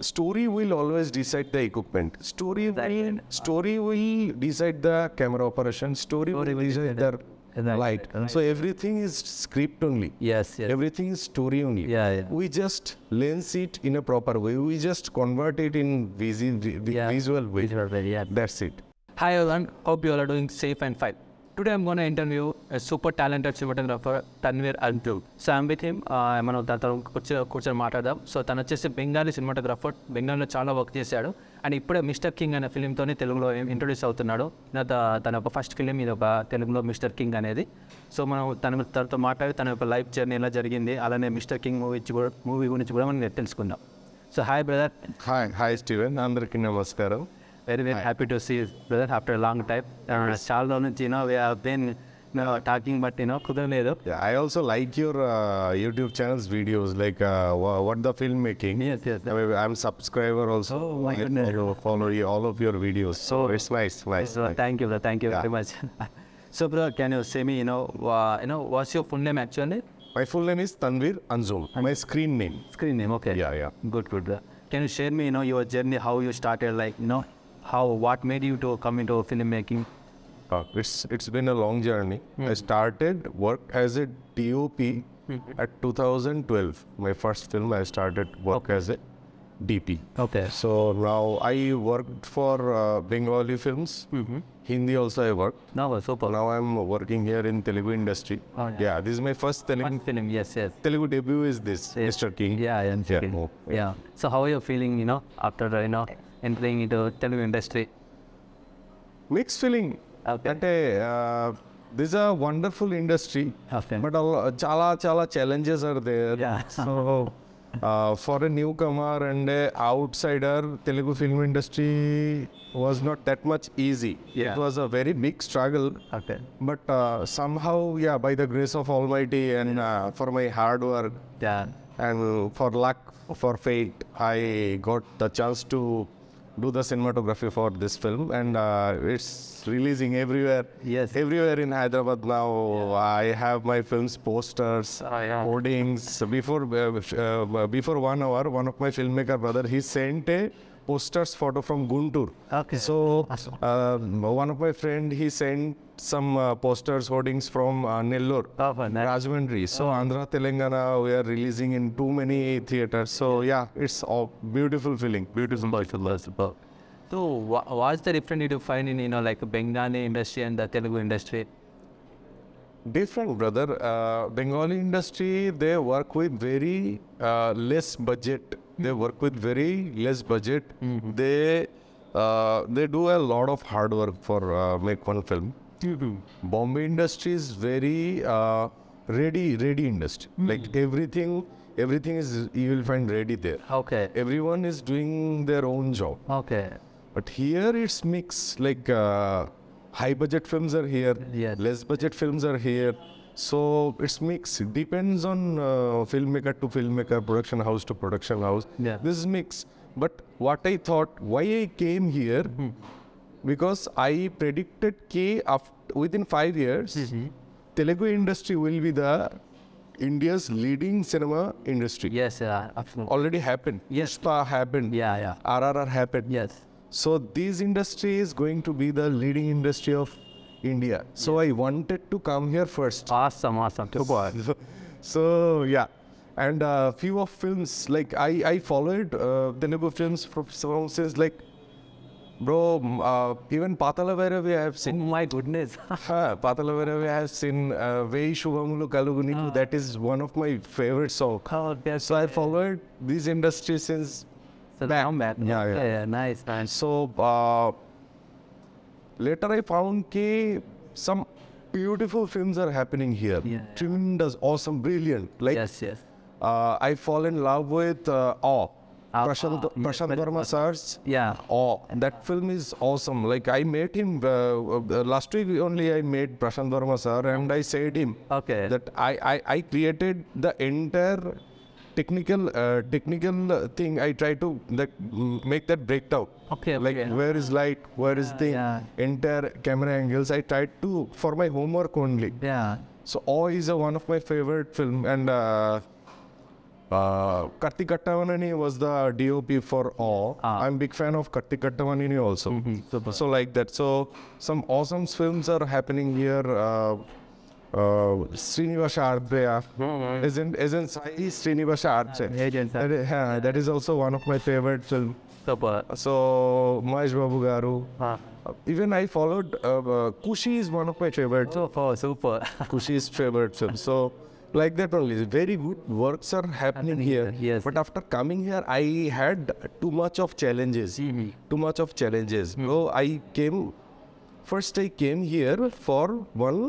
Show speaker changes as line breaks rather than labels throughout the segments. story will always decide the equipment. Story will
Exactly.
story will decide the camera operation. Story will decide the
Right,
light.
right.
So everything is script only.
Yes, yes.
Everything is story only.
Yeah, yeah.
We just lens it in a proper way. We just convert it in visi- vi- vi-
Yeah.
visual way.
Visual way, yeah.
That's it.
Hi everyone, hope you all are doing safe and fine. Today I'm going to interview a super talented cinematographer, Tanvir Altub. So I'm with him, uh, మనం తనతో కూర్చొని కూర్చొని మాట్లాడదాం so తను వచ్చేసి Bengali cinematographer బెంగాలీలో చాలా work చేశాడు and ఇప్పుడే మిస్టర్ కింగ్ అనే ఫిలింతోనే తెలుగులో ఇంట్రొడ్యూస్ అవుతున్నాడు నా త- తన యొక్క ఫస్ట్ ఫిలిం ఇది ఒక తెలుగులో మిస్టర్ కింగ్ అనేది సో మనం తన తనతో మాట్లాడి తన యొక్క లైఫ్ జర్నీ ఎలా జరిగింది అలానే మిస్టర్ కింగ్ మూవీ కూడా మూవీ గురించి కూడా మనం తెలుసుకుందాం so hi brother
hi hi Steven అందరికీ నమస్కారం
Very, very happy to see you, brother, after a long time. Uh, Shaldo నుంచి, you know, we have been you know, talking, but, you know, కుదరలేదు.
I also like your YouTube channels videos like what the film making
Yes, yes.
I mean, I'm subscriber also.
Oh, my
I
goodness.
follow, follow you, all of your videos. So it's nice, nice. nice.
So, uh, thank you, brother. Thank you very
Yeah.
much. so, brother, can you say me, you know, uh, you know, what's your full name actually?
My full name is Tanvir Anzul. My screen name.
Screen name, okay.
Yeah, yeah.
Good, good, brother. Can you share me, you know, your journey, how you started, like, you know, how, what made you to come into filmmaking?
Uh, it's it's been a long journey. I started work as a DOP at 2012. My first film, I started work as a DP.
Okay.
So now I worked for uh, Bengali films. Hindi also I worked.
No, super.
Now I'm working here in Telugu industry.
Oh, yeah.
this is my first Telugu
One film, yes, yes.
Telugu debut. Is this
Yes.
Mr. King?
Yeah, yeah.
Yeah,
feeling-
oh,
yeah. So how are you feeling, you know, after, you know, entering into Telugu industry?
Mix feeling
Okay.
అంటే this a wonderful industry
Okay.
But uh, చాలా చాలా challenges are there
Yeah.
So far a new comer and outsider Telugu film industry was not that much easy
Yeah.
It was a very big struggle
Okay.
But somehow yeah by the grace of almighty and for my hard work
Yeah.
and for luck for fate i got the chance to do the cinematography for this film and uh, it's releasing everywhere
Yes.
everywhere in hyderabad now i have my film's posters
Oh, yeah.
hoardings before uh, f- uh, before one hour one of my filmmaker brother he sent a posters photo from guntur
Okay.
so
Awesome.
um, one of my friend he sent some uh, posters hoardings from uh, nellore
Oh, but nice.
Rajmundry. So Andhra, Telangana, we are releasing in too many theaters. So yeah, it's a beautiful feeling. Beautiful.
So wha- what's the difference you find in, you know, like Bengali industry and the Telugu industry?
Different, brother. Uh, Bengali industry, they work with very uh, less budget. They work with very less budget. They uh, they do a lot of hard work for uh, make one film. Mm-hmm. Bombay industry is very uh, ready, ready industry. Like everything, everything is you will find ready there.
Okay.
everyone is doing their own job
Okay.
but here it's mixed like uh, high budget films are here
Yes.
less budget films are here so it's mixed it depends on uh, filmmaker to filmmaker production house to production house
Yeah.
this is mixed but what i thought why i came here
Mm-hmm.
because i predicted k after, within 5 years
Mm-hmm.
telugu industry will be the india's leading cinema industry
Yes, yeah, absolutely.
already happened
Yes.
Pushpa happened
Yeah, yeah.
RRR happened.
Yes.
So this industry is going to be the leading industry of India. So I wanted to come here first.
Awesome, awesome.
so yeah, and uh, few of films like I I followed uh, Telugu films from, from since like bro m- uh, even Patala Bhairavi I have
Oh
seen.
my goodness.
Huh, Patala Bhairavi I have seen. Uh, Vei Shubhamulu Kalugu Neetu, That is one of my favorite songs.
oh, that's
So I followed this industry since
so now, man.
Yeah, yeah.
Okay, yeah. Nice, nice.
So uh, later I found that some beautiful films are happening here.
Yeah.
Tremendous, awesome, brilliant. Like
Yes, yes.
uh, I fall in love with uh, Awe.
Ah,
Prashant,
ah, yeah,
Prashant
but-
Verma sir's
Yeah.
Awe. That film is awesome. Like I met him uh, uh, last week only. I met Prashant Verma sir, and I said him
Okay.
that I, I, I created the entire technical uh, technical uh, thing. I try to like m- make that breakdown.
Okay,
Like
okay.
where is light, where is thing,
yeah.
entire camera angles. I tried to for my homework only.
yeah.
So Awe is a, one of my favorite film and uh, Uh, Kartik Kattavanani was the DOP for Awe. I'm big fan of Kartik Kattavanani also. So like that. So some awesome films are happening here. Uh, uh, Srinivasa Ardbeya isn't isn't Sai Srinivasa Ardbeya.
Agent,
That is, yeah, that is also one of my favorite film.
Super.
So Mahesh Babu Garu.
Huh.
Uh, Even I followed uh, uh, Kushi is one of my favorite.
Super, super.
Kushi's favorite film. So, like that only. Very good works are happening here.
yes.
But after coming here, I had too much of challenges. Too much of challenges. So I came. First, I came here for one,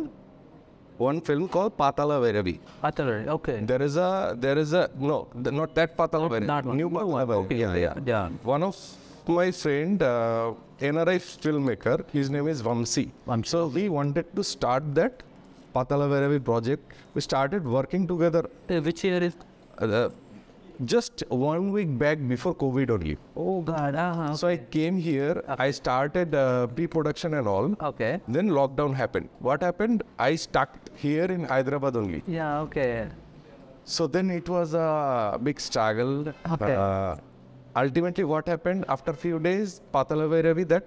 one film called Patala Vairavi.
Athalari, okay.
There is a there is a no th- not that Patala Vairavi.
not one.
new Patala Vairavi.
Okay,
Yeah, yeah,
yeah.
One of my friend, uh, NRI filmmaker, his name is Vamsi.
Vamsi.
So we wanted to start that Patala Vairavi project. We started working together
Uh, Which year is?
uh, just one week back before COVID only.
Oh God. Uh-huh.
So I came here. I started uh, pre-production and all.
Okay.
Then lockdown happened. What happened? I stuck here in Hyderabad only.
Yeah. Okay.
So then it was a big struggle.
Okay.
Uh, ultimately, what happened after few days, Patalaveiravi that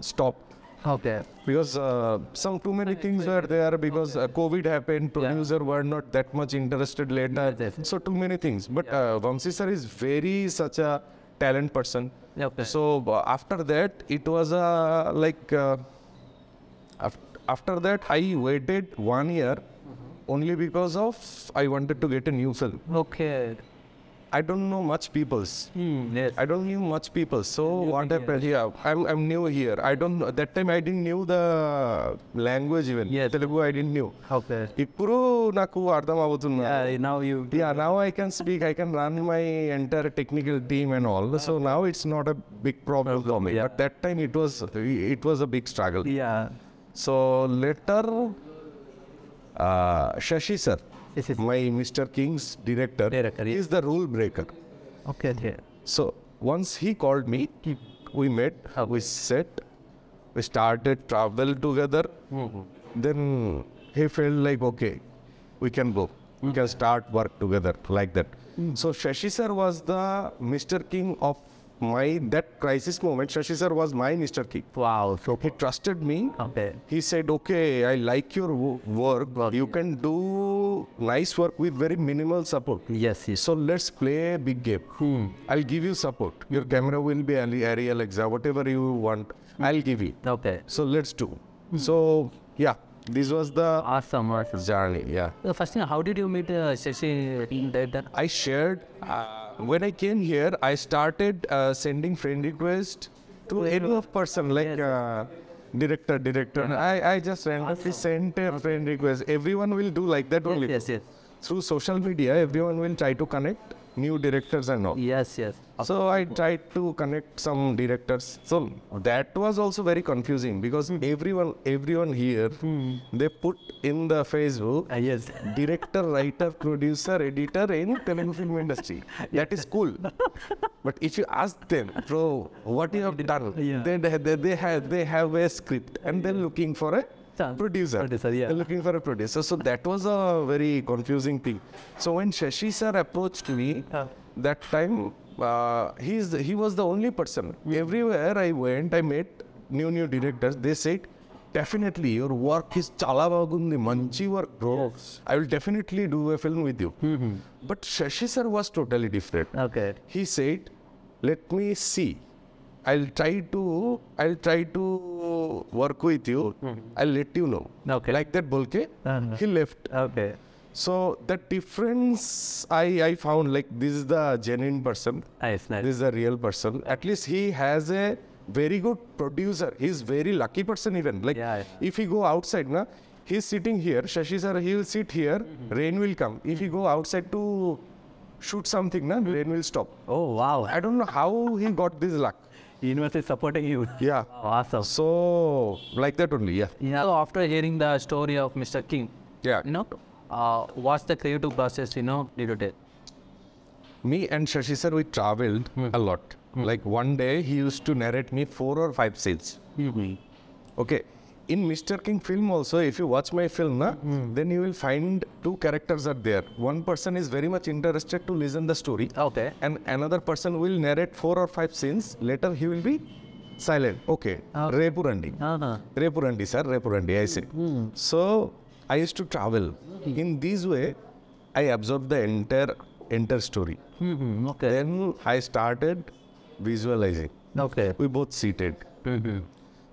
stopped
Okay.
because uh, some too many things were there because uh, COVID happened. Producer were not that much interested later.
Yes, yes.
So too many things. But uh, Vamsi sir is very such a talent person.
Okay.
So uh, after that, it was uh, like uh, af- after that I waited one year only because of I wanted to get a new film.
Okay.
I don't know much people's.
Hmm. Yes.
I don't knew much people. So what happened? Yeah, I'm, I'm new here. I don't know. That time I didn't knew the language even.
Yes.
Telugu I didn't knew.
Okay.
ఇప్పుడు నాకు అర్థం అవుతున్నా
Uh, now you.
yeah now i can speak i can run my entire technical team and all so now it's not a big problem for me
yeah.
but that time it was it was a big struggle
Yeah.
so later uh, shashi sir
Yes, yes.
my mr king's director,
Director, yeah.
is the rule breaker
Okay. Okay.
so once he called me, we met, we sat, we started travel together. Then he felt like okay, we can go, we can start work together like that. So Shashi sir was the Mr. King of my that crisis moment. Shashi sir was my Mr. King.
Wow.
So he trusted me.
Okay.
He said, "Okay, I like your wo- work. You can do nice work with very minimal support."
Yes. Yes.
So let's play a big game. Hmm. I'll give you support. Your camera will be Ali- Arri Alexa, whatever you want, I'll give you.
Okay.
So let's do. So yeah, this was the
Awesome. Awesome.
journey. Yeah,
The first thing, how did you meet uh, Shashi? That, that?
I shared uh, when I came here. I started uh, sending friend request to any of person like. Uh, Director, director. I, I just randomly sent a friend request. Everyone will do like that only.
Yes. Yes.
Through social media, everyone will try to connect new directors and all.
Yes. Yes.
So I tried to connect some directors. So that was also very confusing because
Hmm.
everyone, everyone here, they put in the Facebook
Uh, yes.
director, writer, producer, editor in Telugu film industry. That is cool. but if you ask them, bro, what you have done?
Yeah.
They, they, they- they have they have a script and they're looking for a
Some
producer.
producer, yeah.
They're looking for a producer. So that was a very confusing thing. So when Shashi sir approached me,
Huh.
that time uh, he's the- he was the only person. Everywhere I went, I met new new directors. They said. Definitely, your work is chala bagundi, manchi work, bro. I will definitely do a film with you.
Mm-hmm.
But Shashi sir was totally different
Okay.
he said let me see i'll try to i'll try to work with you i'll let you know
Mm-hmm. Okay.
like that bolke
Uh-huh.
he left
Okay.
so the difference i i found like this is the genuine person
Nice. Nice.
this is a real person at least he has a very good producer he's very lucky person even like
Yeah.
if he go outside na he's sitting here shashi sir he will sit here
Mm-hmm.
rain will come if he go outside to shoot something na rain will stop
Oh wow.
I don't know how he got this luck.
University supporting you.
Yeah.
Awesome.
So like that only. Yeah.
Yeah. So after hearing the story of Mr. King,
Yeah.
you know, uh, what's the creative process, you know, did you did?
Me and Shashi sir, we traveled a lot. Like one day he used to narrate me four or five scenes. Okay. in Mr. King film also, if you watch my film, na, then you will find two characters are there. One person is very much interested to listen the story,
Okay.
and another person will narrate four or five scenes. Later he will be silent. Okay, Repu Randi.
Uh-huh.
రేపు రండి sir రేపు రండి I say so I use to travel in these way I observe the entire entire story
Mm-hmm. Okay.
Then I started visualizing
Okay.
We both seated
Mm-hmm.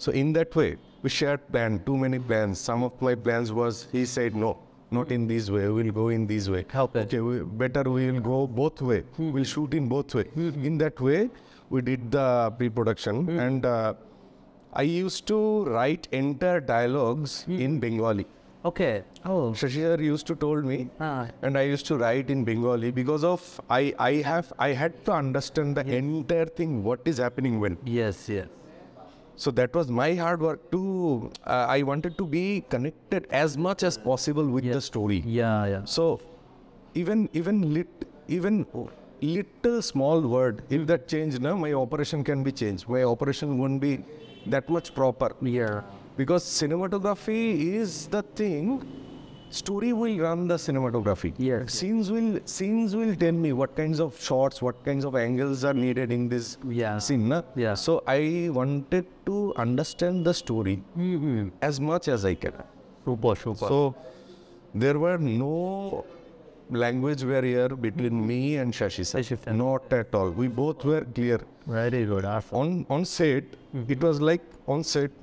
So in that way we share plan too many plans some of my plans was he side no not in these way will go in these way
Okay.
okay we, better we will go both way we'll shoot in both way in that way we did the pre-production and uh, i used to write entire dialogues in bengali
Okay.
oh shashi sir used to told me
Ah.
and i used to write in bengali because of i i have i had to understand the entire thing what is happening when
Yes. Yes.
so that was my hard work to uh, i wanted to be connected as much as possible with the story
Yeah. Yeah.
so even even lit even little small word, if that change, now my operation can be changed. My operation won't be that much proper
Yeah.
because cinematography is the thing. Story will run the cinematography.
Yes.
Scenes will scenes will tell me what kinds of shots, what kinds of angles are needed in this
Yeah.
scene. Na?
Yeah.
So I wanted to understand the story
Mm-hmm.
as much as I can.
Super. Super.
So there were no language barrier between me and Shashi sir.
Shashi sir.
Not at all. We both were clear.
Very good. Awesome.
On on set,
Mm-hmm.
it was like on set,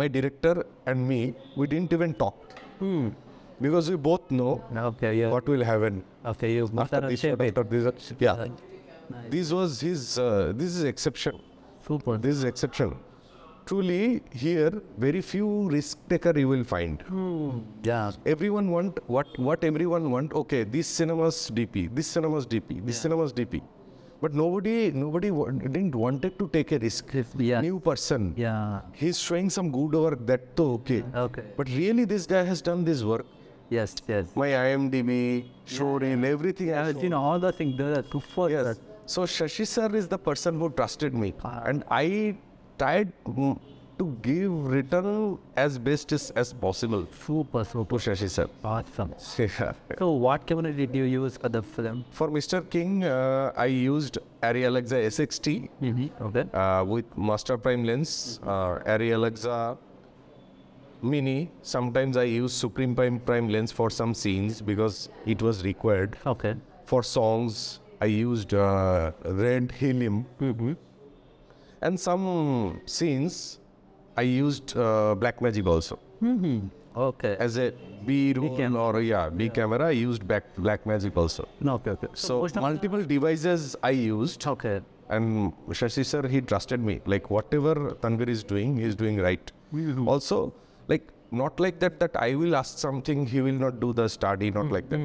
my director and me, we didn't even talk.
Mm-hmm.
Because we both know
Okay. Yeah.
what will happen
Okay. You must
after
have
this,
shape it.
after this. Yeah. This was his, uh, this is exception.
Super.
This is exception. Truly, here, very few risk taker you will find.
mm-hmm. Yeah.
everyone want what what everyone want okay this cinema's dp this cinema's dp this cinema's dp but nobody nobody wa- didn't wanted to take a risk
If- Yeah.
new person
Yeah.
he's showing some good work that too okay
Okay.
but really this guy has done this work
Yes. Yes.
my imdb showreel everything
Yeah,
has
you know all the things. There are two for
Yes. So Shashi sir is the person who trusted me,
Ah.
and I tried mm, to give return as best as, as possible
Super.
to
Super.
Shashi sir.
Awesome.
Yeah.
So what camera did you use for the film?
For Mr. King, uh, I used Arri Alexa SXT
Mm-hmm. Okay.
uh, with Master Prime lens, uh, Arri Alexa Mini. Sometimes I use Supreme Prime Prime lens for some scenes because it was required.
Okay.
For songs, I used uh, Red Helium. And some scenes, I used uh, Black Magic also.
Okay.
As a B roll or yeah, B camera, I used back, Black Magic also.
No, okay, okay.
So
most of-
multiple devices I used.
okay.
And Shashi sir, he trusted me. Like whatever Tanvir is doing, he is doing right. Also, like not like that that I will ask something, he will not do the study, not like that.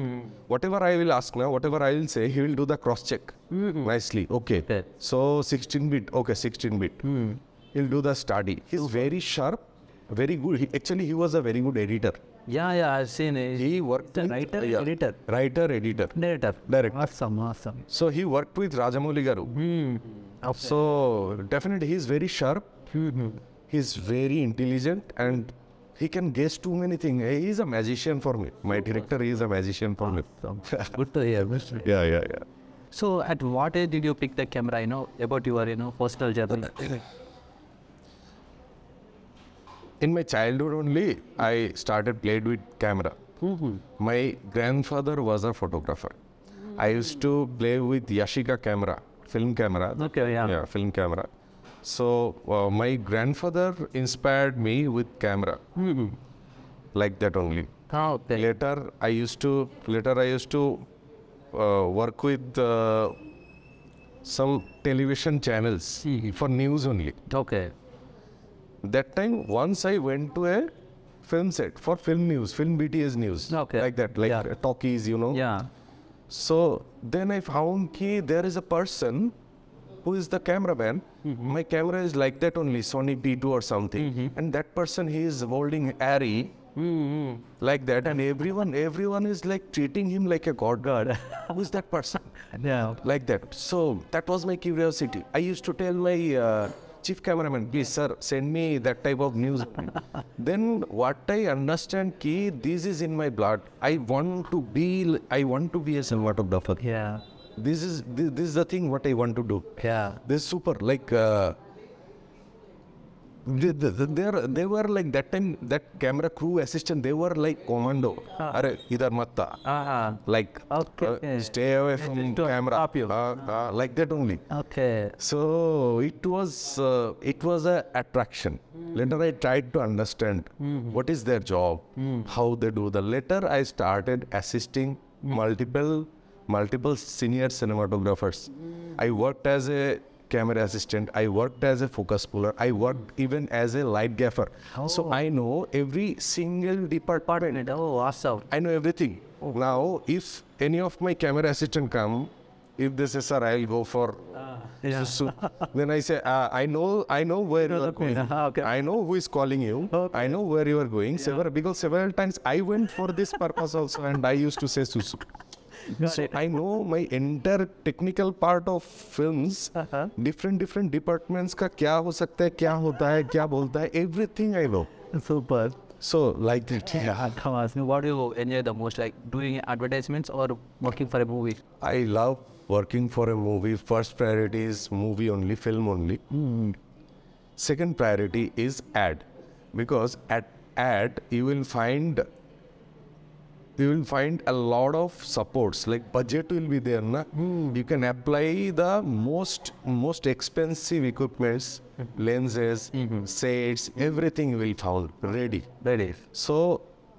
Whatever I will ask now, whatever I will say, he will do the cross check nicely. Okay.
Okay.
So 16 bit, okay, 16 bit. He'll do the study. He's very sharp, very good. He, actually, he was a very good editor.
Yeah, yeah, I've seen it.
He worked
The
with-
writer,
Hmm? yeah.
editor,
Writer, editor.
director.
Director.
Awesome, awesome.
So he worked with Rajamouli Garu. So definitely he's very sharp. He's very intelligent and he can guess too many things. He's a magician for me. My director is a magician for me.
Awesome. Good to hear. good to hear.
Yeah, yeah, yeah.
So, at what age did you pick the camera? You know about your you know personal journey.
In my childhood only, I started played with camera. My grandfather was a photographer. I used to play with Yashica camera, film camera.
okay, yeah.
yeah film camera so uh, my grandfather inspired me with camera like that only
How okay.
later i used to later i used to uh, work with uh, some television channels
Hmm.
for news only
Okay.
that time once i went to a film set for film news film bts news
Okay.
like that like
Yeah.
talkies you know
Yeah.
so then I found ki there is a person who is the cameraman. My camera is like that only, Sony P2 or something. And that person he is holding Ari like that, and everyone everyone is like treating him like a god. God. who is that person?
Yeah.
Like that. So that was my curiosity. I used to tell my uh, chief cameraman, please, sir, send me that type of news. then what I understand, ki this is in my blood. I want to be, l- I want to be a cinematographer.
Yeah.
This is this, this is the thing what I want to do.
Yeah.
This is super. Like uh, they, they, they, are- they were like that time that camera crew assistant. They were like commando. Are idhar matta.
Uh-huh.
Like
Okay.
uh, stay away from
don't
camera.
stop you.
Uh, uh, like that only.
Okay.
So it was uh, it was a attraction.
Hmm.
Later I tried to understand what is their job,
Hmm.
how they do the. Later I started assisting
Hmm.
multiple multiple senior cinematographers.
Hmm.
I worked as a camera assistant. I worked as a focus puller. I worked
Hmm.
even as a light gaffer.
Oh.
So I know every single department.
Partner. Oh, awesome.
I know everything.
Oh.
Now if any of my camera assistant come, if they say sir I'll go for
Ah. Yeah.
so then I say, uh, I know, I know where you are going.
Ah, okay.
I know who is calling you. I know where you are going. Several because several times I went for this purpose also, and I used to say Susu. So I know my entire technical part of films,
Uh-huh.
different different departments का क्या हो सकता है, क्या होता है, क्या बोलता है, everything I know.
Super. Uh,
So like that, yeah.
Come ask me, what do you enjoy the most? Like doing advertisements or working for a movie?
I love working for a movie. First priority is movie only, film only. Second priority is ad, because at ad you will find you will find a lot of supports. Like budget will be there, na. You can apply the most most expensive equipments, lenses, sets, everything will found ready.
Really?
So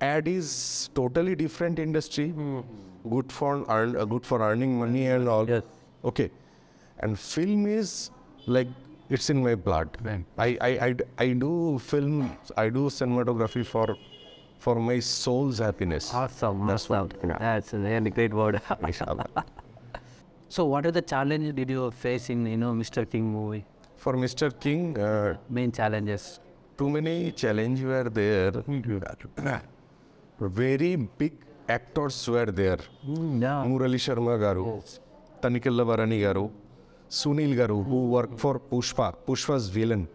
ad is totally different industry.
Hmm.
Good for earn, uh, good for earning money and all.
Yes.
Okay, and film is like it's in my blood.
Right.
I, I, I d- I do film. I do cinematography for for my soul's happiness.
Awesome. That's awesome.
yeah.
That's a really great word. so, what are the challenges did you face in you know Mr. King movie?
For Mr. King, uh,
Main challenges.
too many challenges were there. Very big actors were there.
Yeah.
Murali Sharma garu, Tanikilla Varani garu, Sunil garu, who worked for Pushpa, Pushpa's villain,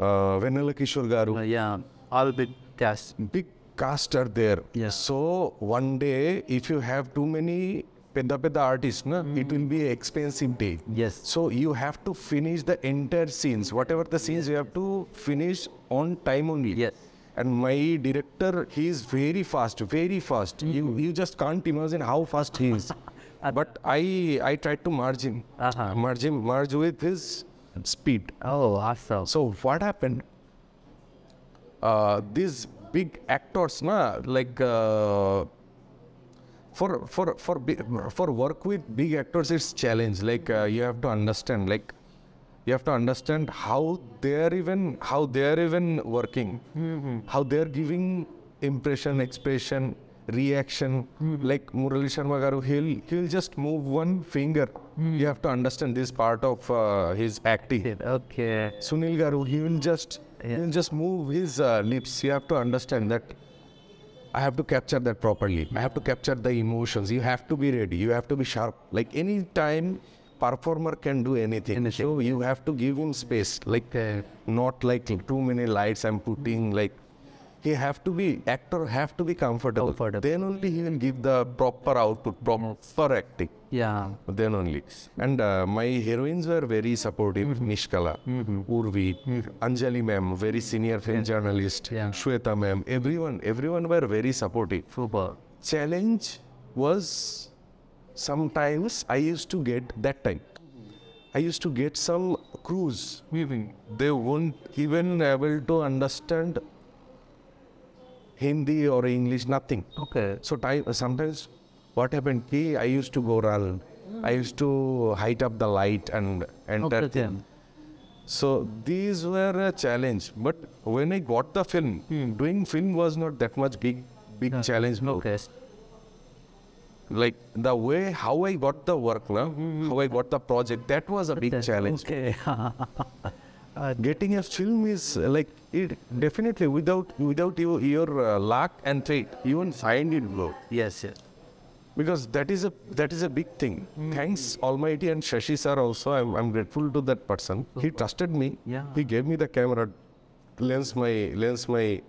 uh, Venela Kishore garu.
Mm, Yeah. All big cast.
Big cast are there.
Yeah.
So one day, if you have too many peda peda artists, na, it will be an expensive day.
Mm. Yes.
So you have to finish the entire scenes, whatever the scenes you have to finish on time only.
Yes.
And my director, he is very fast, very fast.
Mm-hmm.
You you just can't imagine how fast he is. but I I tried to merge him,
Uh-huh.
merge him, merge with his speed.
Oh, awesome.
Uh, So what happened? Uh, these big actors, na, like uh, for for for bi- for work with big actors, it's challenge. Like uh, you have to understand, like you have to understand how they're even how they're even working, how they're giving impression, expression, reaction. Like Murali Sharma garu, he'll he'll just move one finger. You have to understand this part of uh, his acting.
Okay.
Sunil Garu, he will just
Yeah.
he will just move his uh, lips. You have to understand that I have to capture that properly. I have to capture the emotions. You have to be ready. You have to be sharp. Like any time performer can do anything.
Anything.
So you have to give him space. Like not like too many lights I'm putting like he have to be actor have to be comfortable.
Comfortable.
Then only he will give the proper output, proper acting
Yeah.
then only. And uh, my heroines were very supportive.
Mm-hmm.
Nishkala, Urvi, Anjali ma'am, very senior film journalist,
Yeah.
Shweta ma'am, everyone, everyone were very supportive.
Super.
Challenge was sometimes I used to get that time. I used to get some crews.
Mm-hmm.
They won't even able to understand Hindi or English, nothing.
Okay.
So time, sometimes what happened? Ki, I used to go run. I used to height up the light and enter.
Okay. Then.
So these were a challenge. But when I got the film, doing film was not that much big, big challenge. bro.
Hmm. Okay.
Like the way how I got the work, na,
Hmm,
how I got the project, that was a big challenge.
Okay. Uh,
Getting a film is uh, like it definitely without without you, your uh, luck and faith, you won't find it, bro.
yes. Yes.
because that is a that is a big thing.
Hmm.
Thanks Almighty and Shashi sir also. I'm, I'm grateful to that person. He trusted me.
Yeah.
He gave me the camera, lens my lens my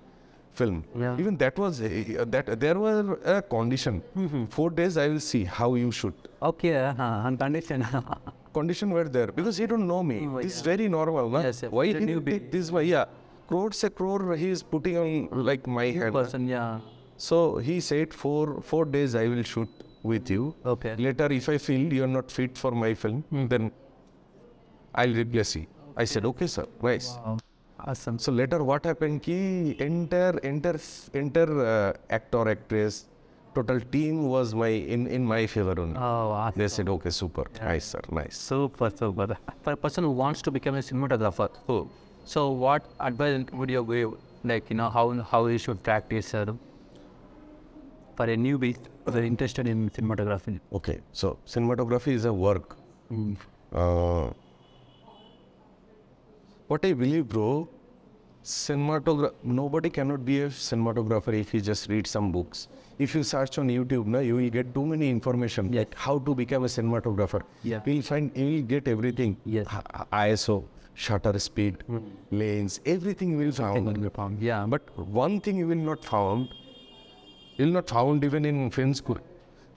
film.
Yeah.
Even that was a, that there were a condition.
Mm-hmm.
Four days I will see how you shoot.
Okay, uh-huh, on condition.
Condition were there because he don't know me.
Oh,
this is very normal, na?
Yes, yeah.
Why
He's a
he
newbie.
take this way? Yeah. Crores a crore he is putting on like my head.
Person, yeah.
So he said, four four days I will shoot with you.
Okay.
Later, if I feel you are not fit for my film, then I'll replace you. I said, okay, sir, nice.
Awesome.
So later, what happened? Ki enter enter enter uh, actor actress, total team was my in in my favor only.
Oh, awesome.
They said, okay, super, nice, sir, nice.
Super, super. For a person who wants to become a cinematographer, so what advice would you give? Like, you know, how how you should practice uh, for a newbie who are interested in cinematography?
Okay, so cinematography is a work.
Hmm.
Uh, what I believe, bro, cinematograph. Nobody cannot be a cinematographer if you just read some books. If you search on YouTube, na, you will get too many information.
Yeah.
Like how to become a cinematographer.
Yeah.
You'll find you will get everything.
Yes. Hmm.
H- ISO, shutter speed, lanes, everything will found.
Yeah, but
One thing you will not found, you will not found even in film school.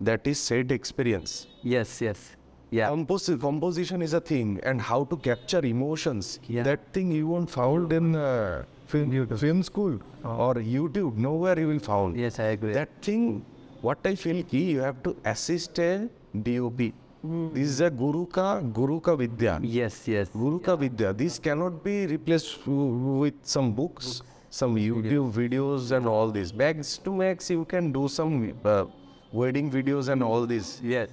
That is set experience.
yes, yes. Yeah.
Compos- composition is a thing, and how to capture emotions.
Yeah.
That thing you won't found in uh, film, film school
Oh.
or YouTube. Nowhere you will found.
yes, I agree.
That thing, what I feel ki, you have to assist a DOP.
Hmm.
This is a guru ka guru ka vidya.
yes, yes.
Guru ka vidya. This cannot be replaced w- with some books, some YouTube videos and all this. Max to max, you can do some uh, wedding videos and all this.
Yes.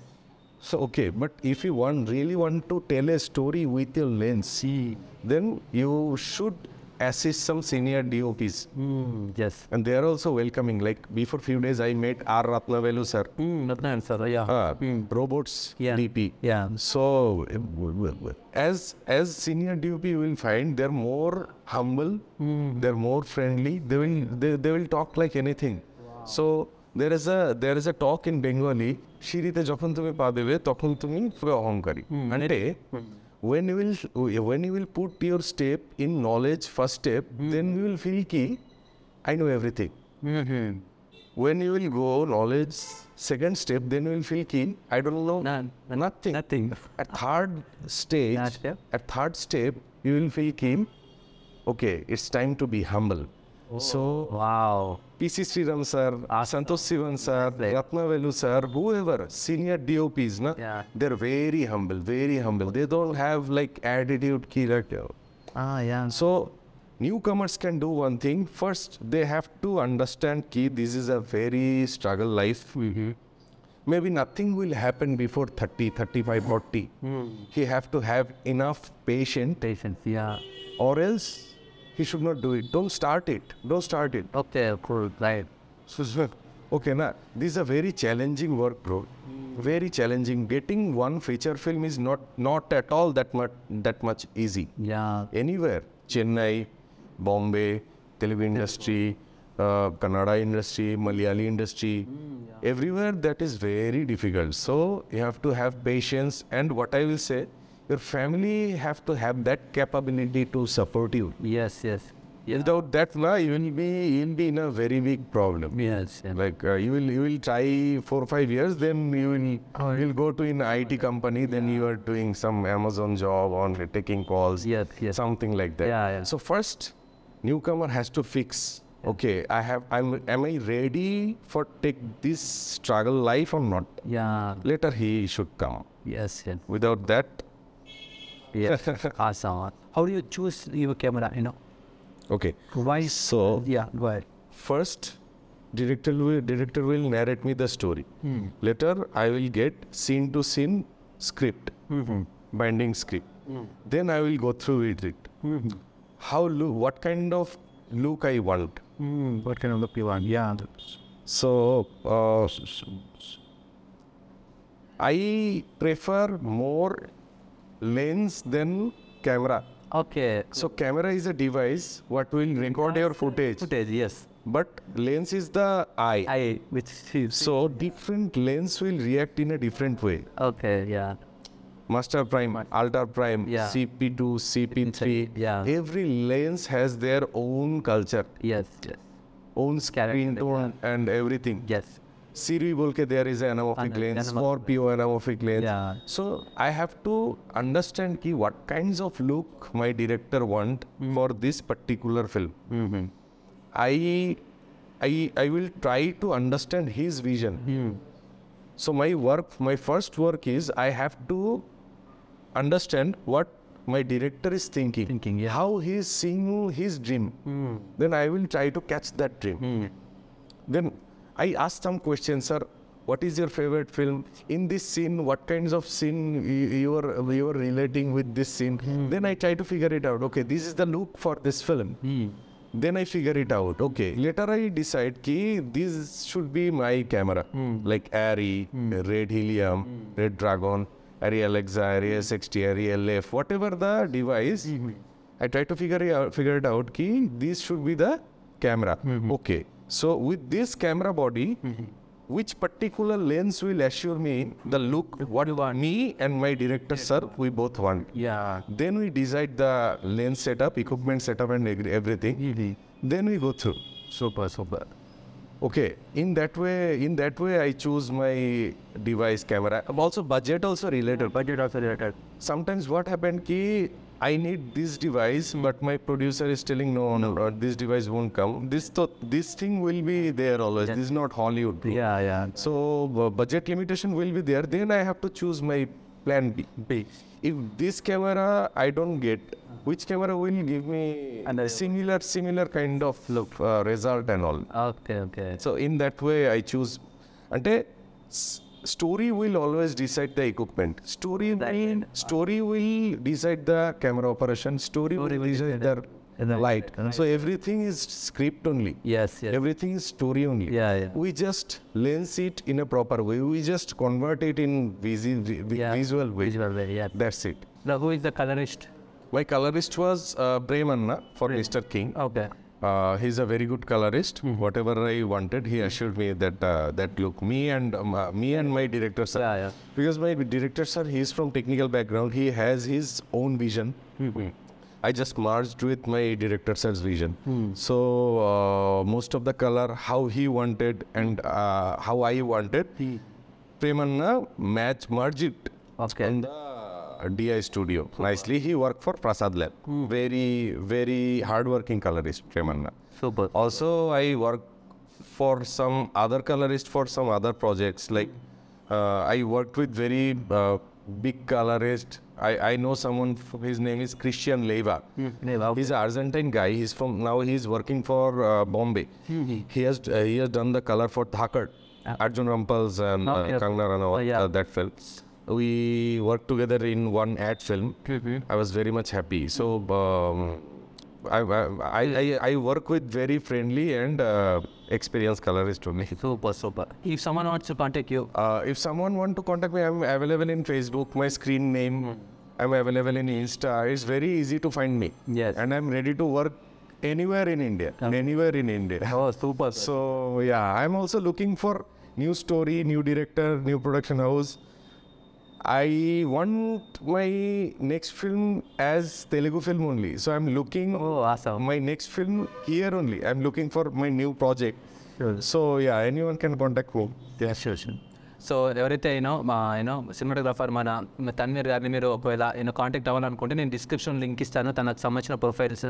So okay, but if you want really want to tell a story with your lens,
See.
then you should assist some senior DOPs,
Mm, yes.
and they are also welcoming. Like before few days, I met R Ratnavelu sir,
Mm, not an answer. Yeah.
uh, robots
Yeah.
DP.
yeah.
So eh, w- w- w- as as senior DOP, you will find they're more humble, they're more friendly. They will they, they will talk like anything. So there is a there is a talk in Bengali. সিঁড়িতে যখন তুমি পা দেবে তখন তুমি খুবই অহংকারী মানে when you will when you will put your step in knowledge first step then you will feel ki I know everything
Mm-hmm.
when you will go knowledge second step then you will feel ki I don't know
None.
nothing
Nothing.
at third stage,
Third step.
at third step, you will feel keen. Okay, it's time to be humble.
Oh.
So
Wow.
PC Sriram sir, Santosh Sivan sir, Ratnavelu sir, whoever senior DOPs, na,
Yeah.
they're very humble, very humble. They don't have like attitude ki like, uh,
Ah, yeah.
So newcomers can do one thing. First, they have to understand ki this is a very struggle life. Maybe nothing will happen before 30, 35, 40. He have to have enough patience
Patience. Yeah.
or else he should not do it. Don't start it. Don't start it.
Okay. Cool. Right.
So, sir, okay, na. This is a very challenging work, bro. Very challenging. Getting one feature film is not not at all that much that much easy.
Yeah.
Anywhere, Chennai, Bombay, Telugu industry, uh, Kannada industry, Malayali industry, everywhere that is very difficult. So you have to have patience, and what I will say, your family have to have that capability to support you.
Yes. Yes. Yes.
Without that, na, you will be you will be in a very big problem.
Yes. Yeah.
Like uh, you will you will try four five years, then you will will go to an IT company, then you are doing some Amazon job on taking calls,
Yes, yes.
something like that.
Yeah, yeah.
So first, newcomer has to fix. Okay, I have. I'm. Am I ready for take this struggle life or not?
Yeah.
Later he should come.
Yes. Yes.
Without that,
Yes. awesome. How do you choose your camera? You know,
okay.
why?
So
Yeah. Why?
first director will, director will narrate me the story
Hmm.
later i will get scene to scene script
Hmm.
binding script then i will go through with it
Hmm.
how look what kind of look i want
Hmm. what kind of look you want? Yeah.
so uh, i prefer more lens than camera
Okay.
so camera is a device what will record your footage
Footage. Yes.
but lens is the eye.
I which is
So different lens will react in a different way.
okay, yeah.
Master Prime, Ultra Prime,
Yeah.
CP2, CP3.
Yeah.
Every lens has their own culture,
Yes, yes.
own screen
Character,
tone, and everything.
Yes.
Siri bolke there is an anamorphic
Ana-
lens,
anamorphic
for PO anamorphic lens.
Yeah.
So I have to understand ki what kinds of look my director want for this particular film.
Hmm. Mm-hmm.
I, I, I will try to understand his vision.
Hmm.
So my work, my first work is I have to understand what my director is thinking,
Thinking, yeah. Hmm.
how he is seeing his dream. Then I will try to catch that dream. Then I ask some questions, sir. What is your favorite film? In this scene, what kinds of scene y- you are you are relating with this scene? Then I try to figure it out. Okay, this is the look for this film. Then I figure it out. Okay, later I decide ki this should be my camera, like Arri, Red Helium, Red Dragon, Arri Alexa, Arri S60, Arri LF, whatever the device. I try to figure it out, figure it out ki this should be the camera.
Mm-hmm.
Okay, so with this camera body, which particular lens will assure me the look what me and my director sir we both want.
Yeah.
Then we decide the lens setup, equipment setup, and egr- everything. Then we go through.
Mm-hmm. Super, super.
Okay, in that way, in that way, I choose my device camera. Also, budget also related.
Budget also related.
Sometimes what happened ki I need this device, but my producer is telling no, no, no, this device won't come. This to, this thing will be there always. This is not Hollywood. bro.
Yeah, yeah.
So bu- budget limitation will be there. Then I have to choose my plan B.
B.
If this camera I don't get, which camera will give me
Another one.
similar similar kind of look uh, result and all.
Okay, okay.
So in that way I choose. And story will always decide the equipment. Story will story will decide the camera operation. Story will decide the light. So everything is script only.
Yes, yes.
Everything is story only.
Yeah, yeah.
We just lens it in a proper way. We just convert it in visi- vi- vi-
Yeah.
visual way.
Visual way, yeah.
That's it.
Now, who is the colorist?
My colorist was uh, Bremanna for Mr. King.
Okay.
Uh, he's a very good colorist. Whatever I wanted, he assured me that uh, that look. Me and um, uh, me and my director sir.
Yeah, yeah.
Because my director sir, he's from technical background. He has his own vision. I just merged with my director sir's vision. So uh, most of the color, how he wanted and uh, how I wanted, Premanna match merged it
Okay.
in the DI studio. Nicely, he worked for Prasad Lab. Very, very hardworking colorist, Premanna.
Super.
Also, I work for some other colorist for some other projects. Like, uh, I worked with very uh, big colorist. I, I know someone, f- his name is Christian Leiva.
Yeah, wow.
He's an Argentine guy. He's from now. He's working for uh, Bombay.
Hmm,
He has uh, he has done the color for Thakkar, Arjun Rampal's and uh,
Okay.
Kangna Ranaut.
Ah. Oh, yeah.
uh, that film. We worked together in one ad film.
Mhm.
I was very much happy. So
Hmm.
um, I, I, I I work with very friendly and uh, experienced colorist only.
Super, super. If someone wants to contact you,
Uh, if someone want to contact me, I'm available in Facebook. My screen name. I'm available in Insta. It's very easy to find me.
Yes.
And I'm ready to work anywhere in India. Anywhere in India.
oh, super.
So yeah, I'm also looking for new story, new director, new production house. I want my next film as Telugu film only. So I'm looking
Oh, awesome.
my next film here only. I'm looking for my new project. So yeah, anyone can contact me.
Yeah, sure, sure. So ఎవరైతే you know మా you know cinematographer మన మన తన్వీర్ గారిని మీరు ఒకవేళ నేను contact అవ్వాలనుకుంటే నేను డిస్క్రిప్షన్ లింక్ ఇస్తాను తనకు సంబంధించిన uh, ప్రొఫైల్స్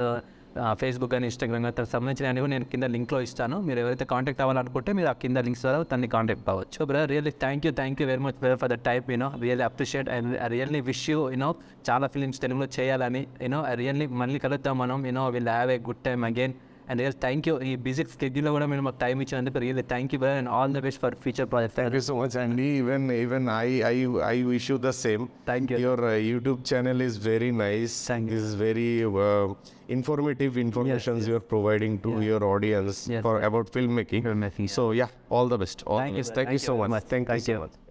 ఫేస్బుక్ కానీ ఇన్స్టాగ్రామ్ కానీ తనకు సంబంధించిన అన్ని కూడా నేను కింద లింక్లో ఇస్తాను మీరు ఎవరైతే కాంటాక్ట్ అవ్వాలనుకుంటే మీరు ఆ కింద లింక్స్ ద్వారా తనని కాంటాక్ట్ అవ్వచ్చు brother really thank you thank you very much brother for the type you know really appreciate and I really wish you you know చాలా ఫిలిమ్స్ తెలుగులో చేయాలని యూనో ఐ రియల్లీ మళ్ళీ కలుద్దాం మనం you know will have a good time again and real thank you ఈ busy స్కెడ్యూల్లో కూడా మీరు మాకు టైం ఇచ్చినందుకు really thank you brother and all the best for future project
Thank you so much, Andy. Even even I I, I wish you the same.
Thank you.
Your uh, YouTube channel is very nice.
Thank you.
Is very uh, informative informations you are providing to your audience
Yes,
for about filmmaking.
Filmmaking,
So yeah, all the best. All the
Thank you,
best.
sir.
Thank you
Thank you
so
very
much.
much.
Thank you
Thank
so
you.
much.